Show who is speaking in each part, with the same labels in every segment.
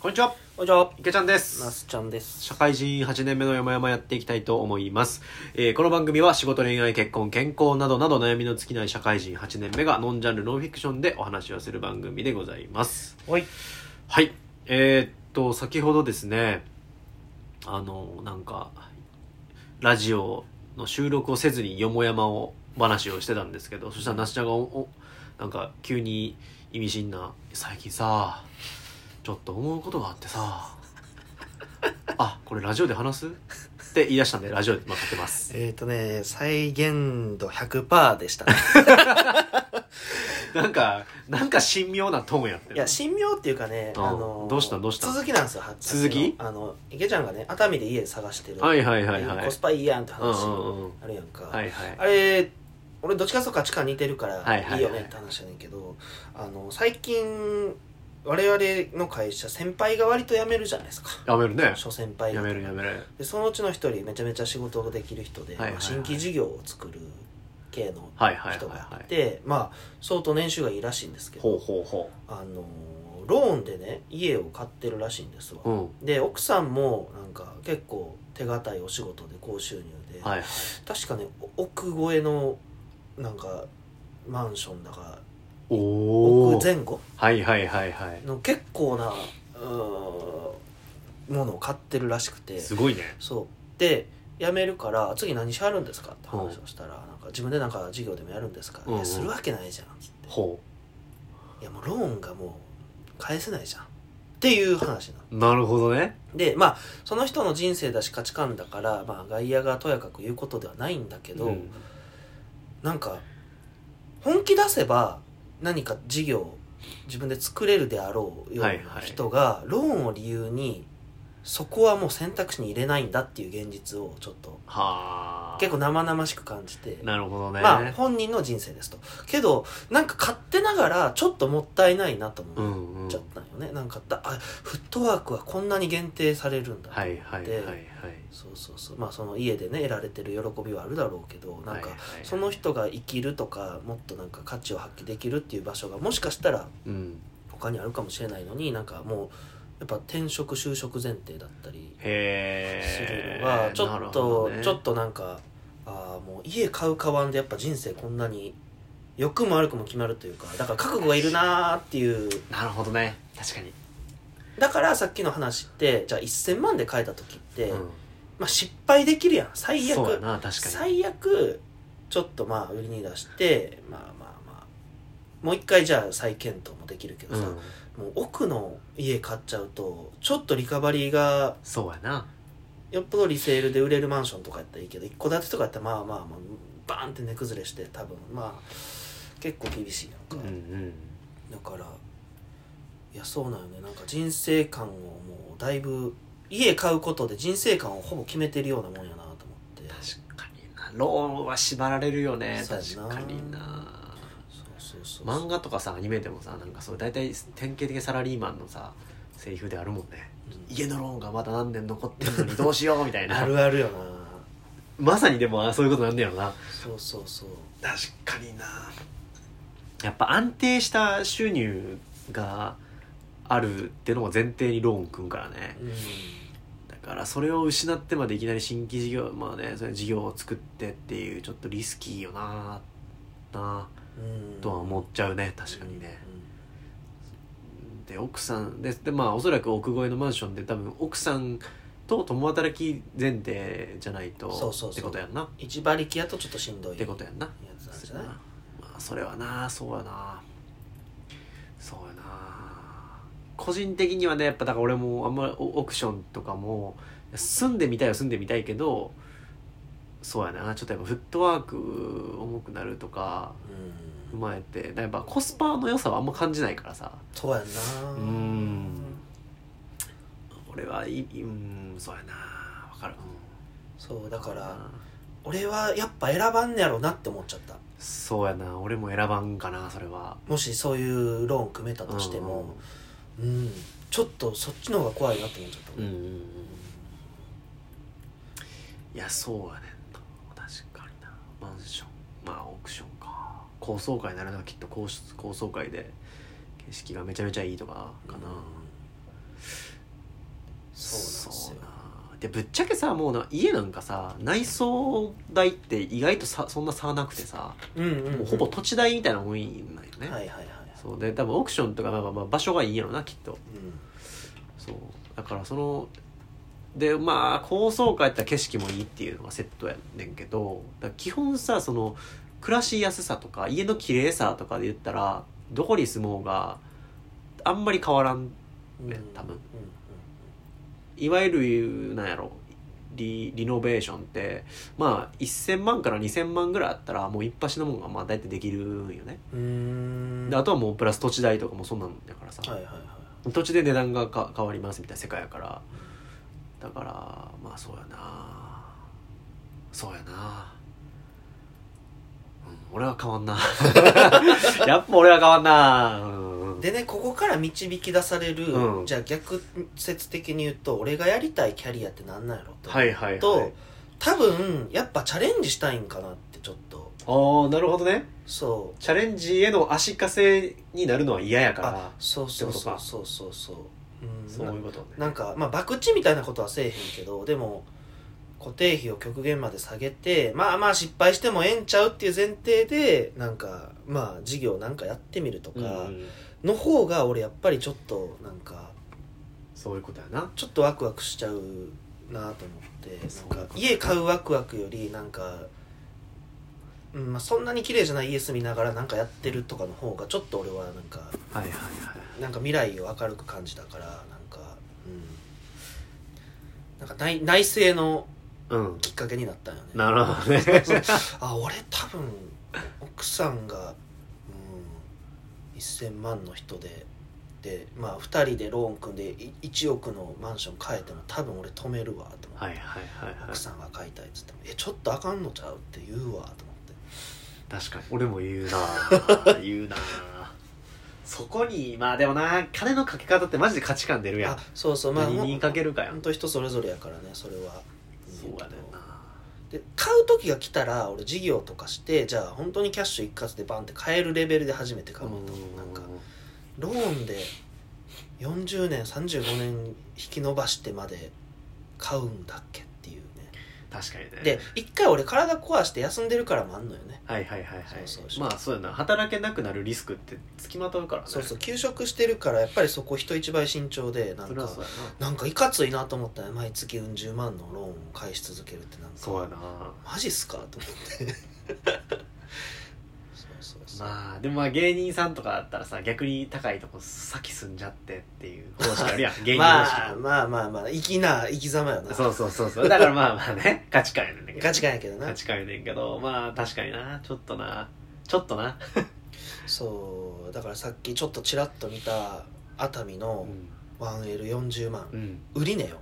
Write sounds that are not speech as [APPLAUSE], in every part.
Speaker 1: こんにちは
Speaker 2: こんにちは。
Speaker 1: 池ちゃんで
Speaker 2: な
Speaker 1: す
Speaker 2: すちゃんです。
Speaker 1: 社会人8年目の山々やっていきたいと思います、えーこの番組は仕事恋愛結婚健康などなど悩みの尽きない社会人8年目がノンジャンルノンフィクションでお話をする番組でございます
Speaker 2: はい。
Speaker 1: はいえー、っと先ほどですねあのなんかラジオの収録をせずによもやまを話をしてたんですけどそしたらなしちゃんがおおなんか急に意味深な「最近さちょっと思うことがあってさあこれラジオで話す?」って言い出したんでラジオで待ってます
Speaker 2: えっ、ー、とね、再現度100%
Speaker 1: [LAUGHS]
Speaker 2: でしたね。
Speaker 1: なんかなんか神妙なトーンやってる
Speaker 2: いや、神妙っていうかね、
Speaker 1: うん
Speaker 2: あの
Speaker 1: どうしたどうした
Speaker 2: 続きなんですよ、は
Speaker 1: 続き
Speaker 2: さっのあの、池ちゃんがね、熱海で家探してる。
Speaker 1: はいはいはいはい
Speaker 2: コスパいいやんって
Speaker 1: うんう
Speaker 2: 話
Speaker 1: んうん
Speaker 2: あるやんか。
Speaker 1: はいはい
Speaker 2: あれ、俺どっちかというと価値観似てるか
Speaker 1: はいはいは
Speaker 2: ら
Speaker 1: い
Speaker 2: いいよねって話やねんけど、あの、最近、我々の会社、先輩が割と辞めるじゃないですか。
Speaker 1: やめるね
Speaker 2: 諸先輩
Speaker 1: や
Speaker 2: 方
Speaker 1: めるやめる
Speaker 2: でそのうちの一人めちゃめちゃ仕事ができる人で、
Speaker 1: はいはいはい
Speaker 2: まあ新規事業を作る系の
Speaker 1: はいはいはい
Speaker 2: 人が
Speaker 1: はい
Speaker 2: いて、まあ相当年収がいいらしいんですけど
Speaker 1: ほうほうほ
Speaker 2: あのローンでね家を買ってるらしいんですわ、
Speaker 1: ううん
Speaker 2: で奥さんもなんか結構手堅いお仕事で高収入で、
Speaker 1: はい
Speaker 2: 確かねお億超えのなんかマンションだから
Speaker 1: おお
Speaker 2: 億前後
Speaker 1: はいはいはいは
Speaker 2: の結構なうーんものを買ってるらしくて
Speaker 1: いすごいね
Speaker 2: そうで辞めるから次何しはるんですかって話をしたら、なんか自分でなんか事業でもやるんですか、
Speaker 1: うんうん
Speaker 2: いやするわけないじゃんっつって
Speaker 1: ほ
Speaker 2: いやもうローンがもう返せないじゃんっていう話なの
Speaker 1: うなるほどね
Speaker 2: でまあその人の人生だし価値観だから、まあ、外野がとやかく言うことではないんだけど、
Speaker 1: うん
Speaker 2: なんか本気出せば何か事業を自分で作れるであろうよう
Speaker 1: はいは
Speaker 2: ない人がローンを理由にそこはもう選択肢に入れないんだっていう現実をちょっと
Speaker 1: はあ
Speaker 2: 結構生々しく感じて、
Speaker 1: なるほどね
Speaker 2: まあ本人の人生ですとけどなんか勝手ながらちょっともったいないなと
Speaker 1: う
Speaker 2: 思っ
Speaker 1: んうん
Speaker 2: ちゃったんよね、なんかだあフットワークはこんなに限定されるんだ、
Speaker 1: はいはいはいはい
Speaker 2: そうそうそうまあその家でね得られてる喜びはあるだろうけどなんか
Speaker 1: はいはいはい
Speaker 2: その人が生きるとかもっとなんか価値を発揮できるっていう場所がもしかしたら
Speaker 1: うん
Speaker 2: 他にあるかもしれないのになんかもうやっぱ転職就職前提だったりする
Speaker 1: へえ
Speaker 2: のがちょっと、ちょっとなんかああもう家買う買わんでやっぱ人生こんなに良くも悪くも決まるというかだから覚悟がいるなーっていう
Speaker 1: なるほどね確かに
Speaker 2: だからさっきの話ってじゃあ1000万で買えた時って、
Speaker 1: うん
Speaker 2: まあ、失敗できるやん最
Speaker 1: そうや
Speaker 2: 悪
Speaker 1: な確かに
Speaker 2: 最悪ちょっとまあ売りに出してまあまあまあもう一回じゃあ再検討もできるけど
Speaker 1: う
Speaker 2: さ、
Speaker 1: ん
Speaker 2: もう奥の家買っちゃうとちょっとリカバリーが
Speaker 1: そうやな
Speaker 2: よっぽどリセールで売れるマンションとかやったらいいけど一戸建てとかやったらまあまあまあバーンって値崩れして多分まあ結構厳しいや
Speaker 1: うん
Speaker 2: ん
Speaker 1: う
Speaker 2: か、
Speaker 1: ん
Speaker 2: だからいやそうなんよねなんか人生観をもうだいぶ家買うことで人生観をほぼ決めてるようなもんやなと思って
Speaker 1: 確かになローンは縛られるよね
Speaker 2: そう
Speaker 1: 確
Speaker 2: やな
Speaker 1: かにな
Speaker 2: そうそうそう
Speaker 1: 漫画とかさアニメでもさなんかそう大体典型的サラリーマンのさセリフであるもんね
Speaker 2: うん
Speaker 1: 家のローンがまだ何年残ってるのにどうしようみたいな
Speaker 2: あるあるよな
Speaker 1: まさにでもあそういうことなんだよな
Speaker 2: そうそうそう
Speaker 1: 確かになやっぱ安定した収入があるってのも前提にローン組むからね
Speaker 2: うん
Speaker 1: だからそれを失ってまでいきなり新規事業まあねそれ事業を作ってっていうちょっとリスキーよなな
Speaker 2: うん
Speaker 1: とは思っちゃうね確かにね、で奥さんででまあおそらく奥越えのマンションで多分奥さんと共働き前提じゃないと
Speaker 2: そうそうそう
Speaker 1: ってことやんなっ
Speaker 2: うん一馬力やとちょっとしんどい
Speaker 1: てことやんな
Speaker 2: やつなんじ
Speaker 1: そ
Speaker 2: ゃ
Speaker 1: うや
Speaker 2: ない
Speaker 1: なまあそれはなそうやなそうやな個人的にはねやっぱだから俺もあんまりオオークションとかも住んでみたいは住んでみたいけどそうやなちょっとやっぱフットワーク重くなるとか踏
Speaker 2: うん
Speaker 1: まえてだからやっぱコスパの良さはあんま感じないからさ
Speaker 2: そうやんな
Speaker 1: うん俺はいいうんそうやなわかる、うん
Speaker 2: そうだから俺はやっぱ選ばんねやろうなって思っちゃった
Speaker 1: そうやな俺も選ばんかなそれは
Speaker 2: もしそういうローン組めたとしてもうん、ちょっとそっちの方が怖いなって思っちゃった、
Speaker 1: うんうんうんうんいやそうやねんな確かになマンションまあオークションか高層階ならなきっと高高層階で景色がめちゃめちゃいいとかかな、
Speaker 2: うんそうなんですよ
Speaker 1: なでぶっちゃけさもうな家なんかさ内装代って意外とさそんな差なくてさ、
Speaker 2: うんうん、
Speaker 1: もうほぼ土地代みたいなもんいんなんよね、
Speaker 2: はいはいはい、
Speaker 1: そうで多分オークションとか、まあまあまあ、場所がいいやろなきっと
Speaker 2: うん、
Speaker 1: そうだからそのでまあ高層階やったら景色もいいっていうのがセットやねんけどだから基本さその暮らしやすさとか家の綺麗さとかで言ったらどこに住もうがあんまり変わらんね
Speaker 2: うん
Speaker 1: 多分
Speaker 2: うん
Speaker 1: いわゆるなんやろリリノベーションってまあ1000万から2000万ぐらいあったらもう一発のもんがまあ大体できるんよね、
Speaker 2: うんうん
Speaker 1: であとはもうプラス土地代とかもそんなんだからさ、
Speaker 2: はいはいはい
Speaker 1: 土地で値段がか変わりますみたいな世界やからだからまあそうやなそうやな、うん、俺は変わんな [LAUGHS] やっぱ俺は変わんなうん
Speaker 2: でねここから導き出される、
Speaker 1: うん
Speaker 2: じゃあ逆説的に言うと俺がやりたいキャリアって何なんやろと、
Speaker 1: はいはいはい
Speaker 2: と多分やっぱチャレンジしたいんかなってちょっと
Speaker 1: ああなるほどね
Speaker 2: そ
Speaker 1: チャレンジへの足かせになるのは嫌や
Speaker 2: う
Speaker 1: から
Speaker 2: あそうそう
Speaker 1: ってこと
Speaker 2: そう
Speaker 1: か
Speaker 2: そうそうそううん
Speaker 1: そういうことね
Speaker 2: なんかまあ博打みたいなことはせえへんけどでも固定費を極限まで下げてまあまあ失敗してもええんちゃうっていう前提でなんかまあ事業なんかやってみると
Speaker 1: うんう
Speaker 2: か
Speaker 1: ん
Speaker 2: の方が俺やっぱりちょっとなんか
Speaker 1: そういうことやな
Speaker 2: ちょっとワクワクしちゃうなと思って
Speaker 1: そう
Speaker 2: なんか家買うワクワクよりなんか、うんまあ、そんなに綺麗じゃない家住みながらなんかやってるとかの方がちょっと俺はなんか
Speaker 1: はいはいはい
Speaker 2: なんか未来を明るく感じたからなんかうんなんか内内政の
Speaker 1: うん
Speaker 2: きっかけになったんよね
Speaker 1: なるほど [LAUGHS] ね
Speaker 2: あ俺多分奥さんが、うん、1000万の人ででまあ2人でローン組んでい1億のマンション買えても多分俺止めるわと思って、
Speaker 1: はいはいはいはい
Speaker 2: 奥さんが買いたいっつっても「えちょっとあかんのちゃう?」って言うわと思って
Speaker 1: 確かに俺も言うな [LAUGHS] 言うなそこにまあでもな金のかけ方ってマジで価値観出るやん
Speaker 2: あそうそうまあ
Speaker 1: 何にかけるかやん
Speaker 2: 本当人それぞれやからねそれは
Speaker 1: そうやねんな
Speaker 2: で買う時が来たら俺事業とかしてじゃあ本当にキャッシュ一括でバンって買えるレベルで初めて買おうと思うなんかローンで40年35年引き延ばしてまで買うんだっけっていうね
Speaker 1: 確かにね
Speaker 2: で一回俺体壊して休んでるからもあんのよね
Speaker 1: はいはいはいはい
Speaker 2: そうそうそう
Speaker 1: まあそうやな働けなくなるリスクってつきまとうからね
Speaker 2: そうそう休職してるからやっぱりそこ人一倍慎重でなん
Speaker 1: それは
Speaker 2: か
Speaker 1: そうやな
Speaker 2: なんかいかついなと思ったね毎月うん十万のローンを返し続けるってなんか
Speaker 1: そうやな
Speaker 2: マジっすか
Speaker 1: [LAUGHS]
Speaker 2: と思ってそうそうそう、
Speaker 1: まあでもまあ芸人さんとかだったらさ逆に高いとこ先住んじゃってっていう方式あるやん芸人方式
Speaker 2: [LAUGHS] まあ、まあまあまあ生きな生き様よな
Speaker 1: そうそうそうそうだからまあまあね価値観やねんだけど
Speaker 2: ガチ感やけどな
Speaker 1: 価値観やねんけどまあ確かになちょっとなちょっとな、
Speaker 2: そうだからさっきちょっとちらっと見た熱海の 1L40 万、
Speaker 1: うん
Speaker 2: 売り値よ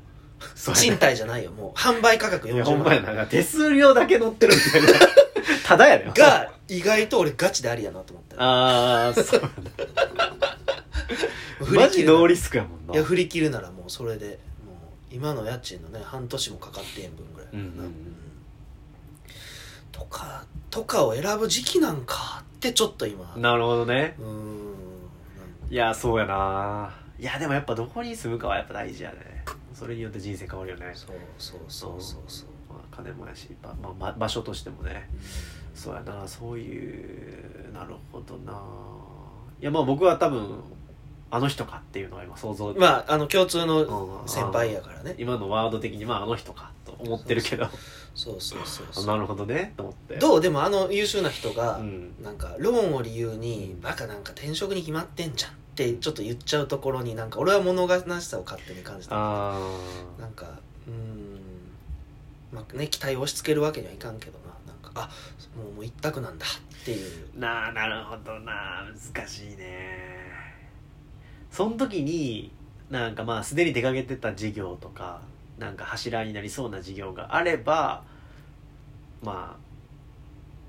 Speaker 1: そうや
Speaker 2: 賃貸じゃないよもう販売価格
Speaker 1: いや
Speaker 2: 40
Speaker 1: ほ
Speaker 2: 万
Speaker 1: んまやななんか手数料だけ乗ってるみたいなただやねん
Speaker 2: [LAUGHS] が意外と俺ガチでありやなと思ったよ
Speaker 1: ああそう
Speaker 2: 振り
Speaker 1: マ
Speaker 2: 切
Speaker 1: ジ
Speaker 2: るな
Speaker 1: ノーリスクやもんない
Speaker 2: や振り切るならもうそれでもう今の家賃のね半年もかかってん分ぐらいかな、
Speaker 1: うんうんうん
Speaker 2: とかとかを選ぶ時期なんかってちょっと今う
Speaker 1: なるほどね
Speaker 2: ーん
Speaker 1: いやそうやないやでもやっぱどこに住むかはやっぱ大事やねそれによって人生変わるよね、
Speaker 2: そうそうそうそうそう、
Speaker 1: まあ、金もやし、ばまあま、場所としてもねそうやなそういうなるほどないやまあ僕は多分あの人かっていうのは今想像、
Speaker 2: まああの共通の
Speaker 1: うん
Speaker 2: 先輩やからね
Speaker 1: 今のワード的にまああの人かと思ってるけど
Speaker 2: そうそうそう
Speaker 1: な
Speaker 2: そう
Speaker 1: るほどねと思って
Speaker 2: どうでもあの優秀な人が、
Speaker 1: うん
Speaker 2: なんかローンを理由にバカなんか転職に決まってんじゃんってちょっと言っちゃうところになんか俺は物悲しさを勝手に感じた
Speaker 1: あ
Speaker 2: なんかうーんまあね期待を押し付けるわけにはいかんけどななんかあもうもう一択なんだっていう
Speaker 1: あなあなるほどな難しいねその時になんかまあすでに出かけてた事業とかなんか柱になりそうな事業があればまあ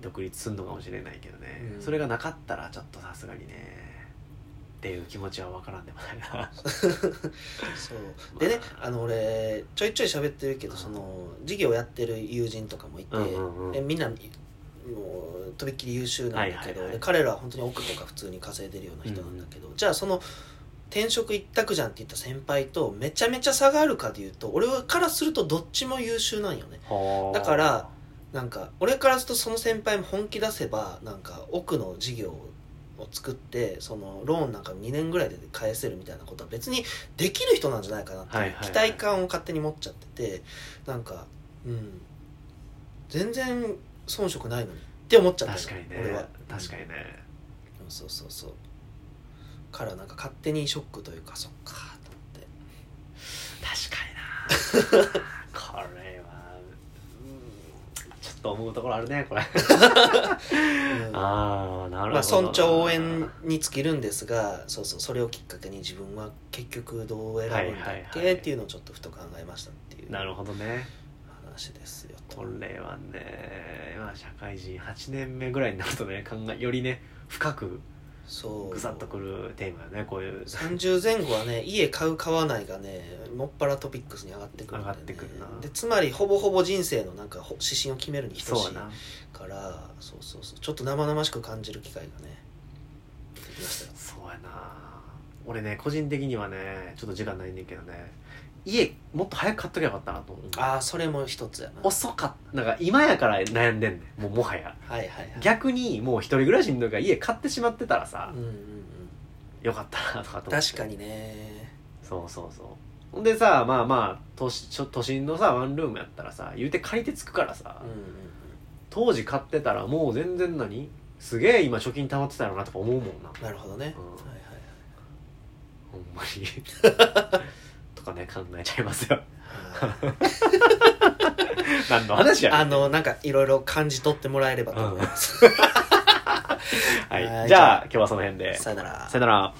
Speaker 1: 独立すんのかもしれないけどね、
Speaker 2: うん
Speaker 1: それがなかったらちょっとさすがにねっていう気持ちは分からんでもないな
Speaker 2: そうでね
Speaker 1: まあ
Speaker 2: あの俺ちょいちょい喋ってるけどその事業やってる友人とかもいて、
Speaker 1: うんうんうん
Speaker 2: でみんなもうとびっきり優秀なんだけ
Speaker 1: は
Speaker 2: ど、
Speaker 1: いはいはい
Speaker 2: で彼らは本当に億とか普通に稼いでるような人なんだけど、じゃあその転職一択じゃんって言った先輩とめちゃめちゃ差があるかで言うと俺からするとどっちも優秀なんよね
Speaker 1: はあ
Speaker 2: だからなんか俺からするとその先輩も本気出せばなんか奥の事業を作ってそのローンなんか2年ぐらいで返せるみたいなことは別にできる人なんじゃないかなって
Speaker 1: はいいうはいはい
Speaker 2: 期待感を勝手に持っちゃっててなんかうん全然遜色ないのにって思っちゃったの
Speaker 1: 確かにね
Speaker 2: 俺は
Speaker 1: 確かにね
Speaker 2: うんそうそうそうからなんか勝手にショックというかそっかと思って
Speaker 1: 確かにな [LAUGHS] これはうんちょっと思うところあるねこれ
Speaker 2: うん
Speaker 1: ああなるほどな
Speaker 2: まあ、村長応援に尽きるんですがそうそうそれをきっかけに自分は結局どう選ぶんだっ
Speaker 1: はいはいは
Speaker 2: け
Speaker 1: い
Speaker 2: っていうのをちょっとふと考えましたっていう
Speaker 1: なるほどね
Speaker 2: 話ですよと
Speaker 1: これはね、まあ、社会人8年目ぐらいになるとね考えよりね深く
Speaker 2: そう
Speaker 1: ぐさっとくるテーマよねこういう
Speaker 2: 30前後はね家買う買わないがねもっぱらトピックスに上がってくるんで,、ね、
Speaker 1: 上がってくるな
Speaker 2: でつまりほぼほぼ人生のなんかほ指針を決めるに等
Speaker 1: そ
Speaker 2: し
Speaker 1: う
Speaker 2: い
Speaker 1: やな
Speaker 2: からそうそうそうちょっと生々しく感じる機会がねできましたよ
Speaker 1: そうやな俺ね個人的にはねちょっと時間ないねんけどね家もっと早く買っときゃよかったなと思う
Speaker 2: ああそれも一つやな
Speaker 1: 遅かったなんか今やから悩んでんねんもうもはや
Speaker 2: はいはいはい
Speaker 1: 逆にもう一人暮らしの時から家買ってしまってたらさ
Speaker 2: うんうんうん
Speaker 1: よかったなとかと思って
Speaker 2: 確かにね
Speaker 1: そうそうそうほんでさまあまあ都市ちょ都心のさワンルームやったらさ言うて借りてつくからさ、
Speaker 2: うんうんうん
Speaker 1: 当時買ってたらもう全然何すげえ今貯金溜まってたよなとか思うもんな
Speaker 2: なるほどね、
Speaker 1: うん
Speaker 2: はいはいは
Speaker 1: ほん
Speaker 2: い
Speaker 1: まに [LAUGHS] とかね考えちゃいます
Speaker 2: [LAUGHS]
Speaker 1: よ何の話やねん
Speaker 2: あのなんかいろいろ感じ取ってもらえればと思います、
Speaker 1: は、
Speaker 2: はいい
Speaker 1: じゃあ今日はその辺で
Speaker 2: さよなら
Speaker 1: さよなら